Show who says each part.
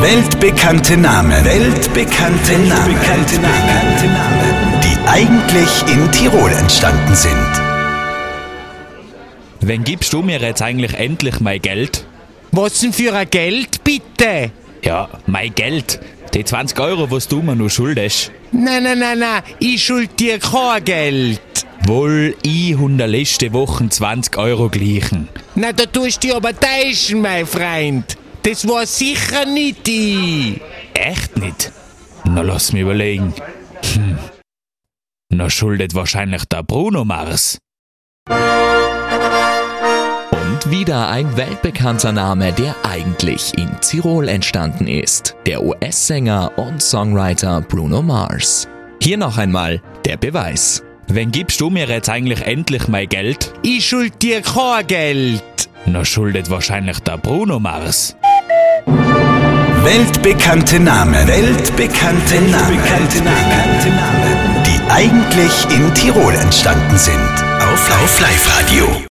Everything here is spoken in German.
Speaker 1: Weltbekannte Namen. Weltbekannte, Namen. Weltbekannte Namen. Die eigentlich in Tirol entstanden sind.
Speaker 2: Wenn gibst du mir jetzt eigentlich endlich mein Geld?
Speaker 3: Was denn für ein Geld, bitte?
Speaker 2: Ja, mein Geld. Die 20 Euro, was du mir nur schuldest.
Speaker 3: Nein, nein, nein, nein, ich schuld dir kein Geld.
Speaker 2: Wohl, ich habe der letzte Woche 20 Euro gleichen.
Speaker 3: Na, da tust du dich aber täuschen, mein Freund. Das war sicher nicht ich.
Speaker 2: Echt nicht? Na, lass mich überlegen. Hm. Na, schuldet wahrscheinlich der Bruno Mars.
Speaker 4: Und wieder ein weltbekannter Name, der eigentlich in Tirol entstanden ist. Der US-Sänger und Songwriter Bruno Mars. Hier noch einmal der Beweis.
Speaker 2: Wenn gibst du mir jetzt eigentlich endlich mein Geld?
Speaker 3: Ich schuld dir kein Geld.
Speaker 2: Na, schuldet wahrscheinlich der Bruno Mars.
Speaker 1: Weltbekannte Namen. Weltbekannte, Namen. Weltbekannte Namen. Die eigentlich in Tirol entstanden sind. Auf Lauf Live Radio.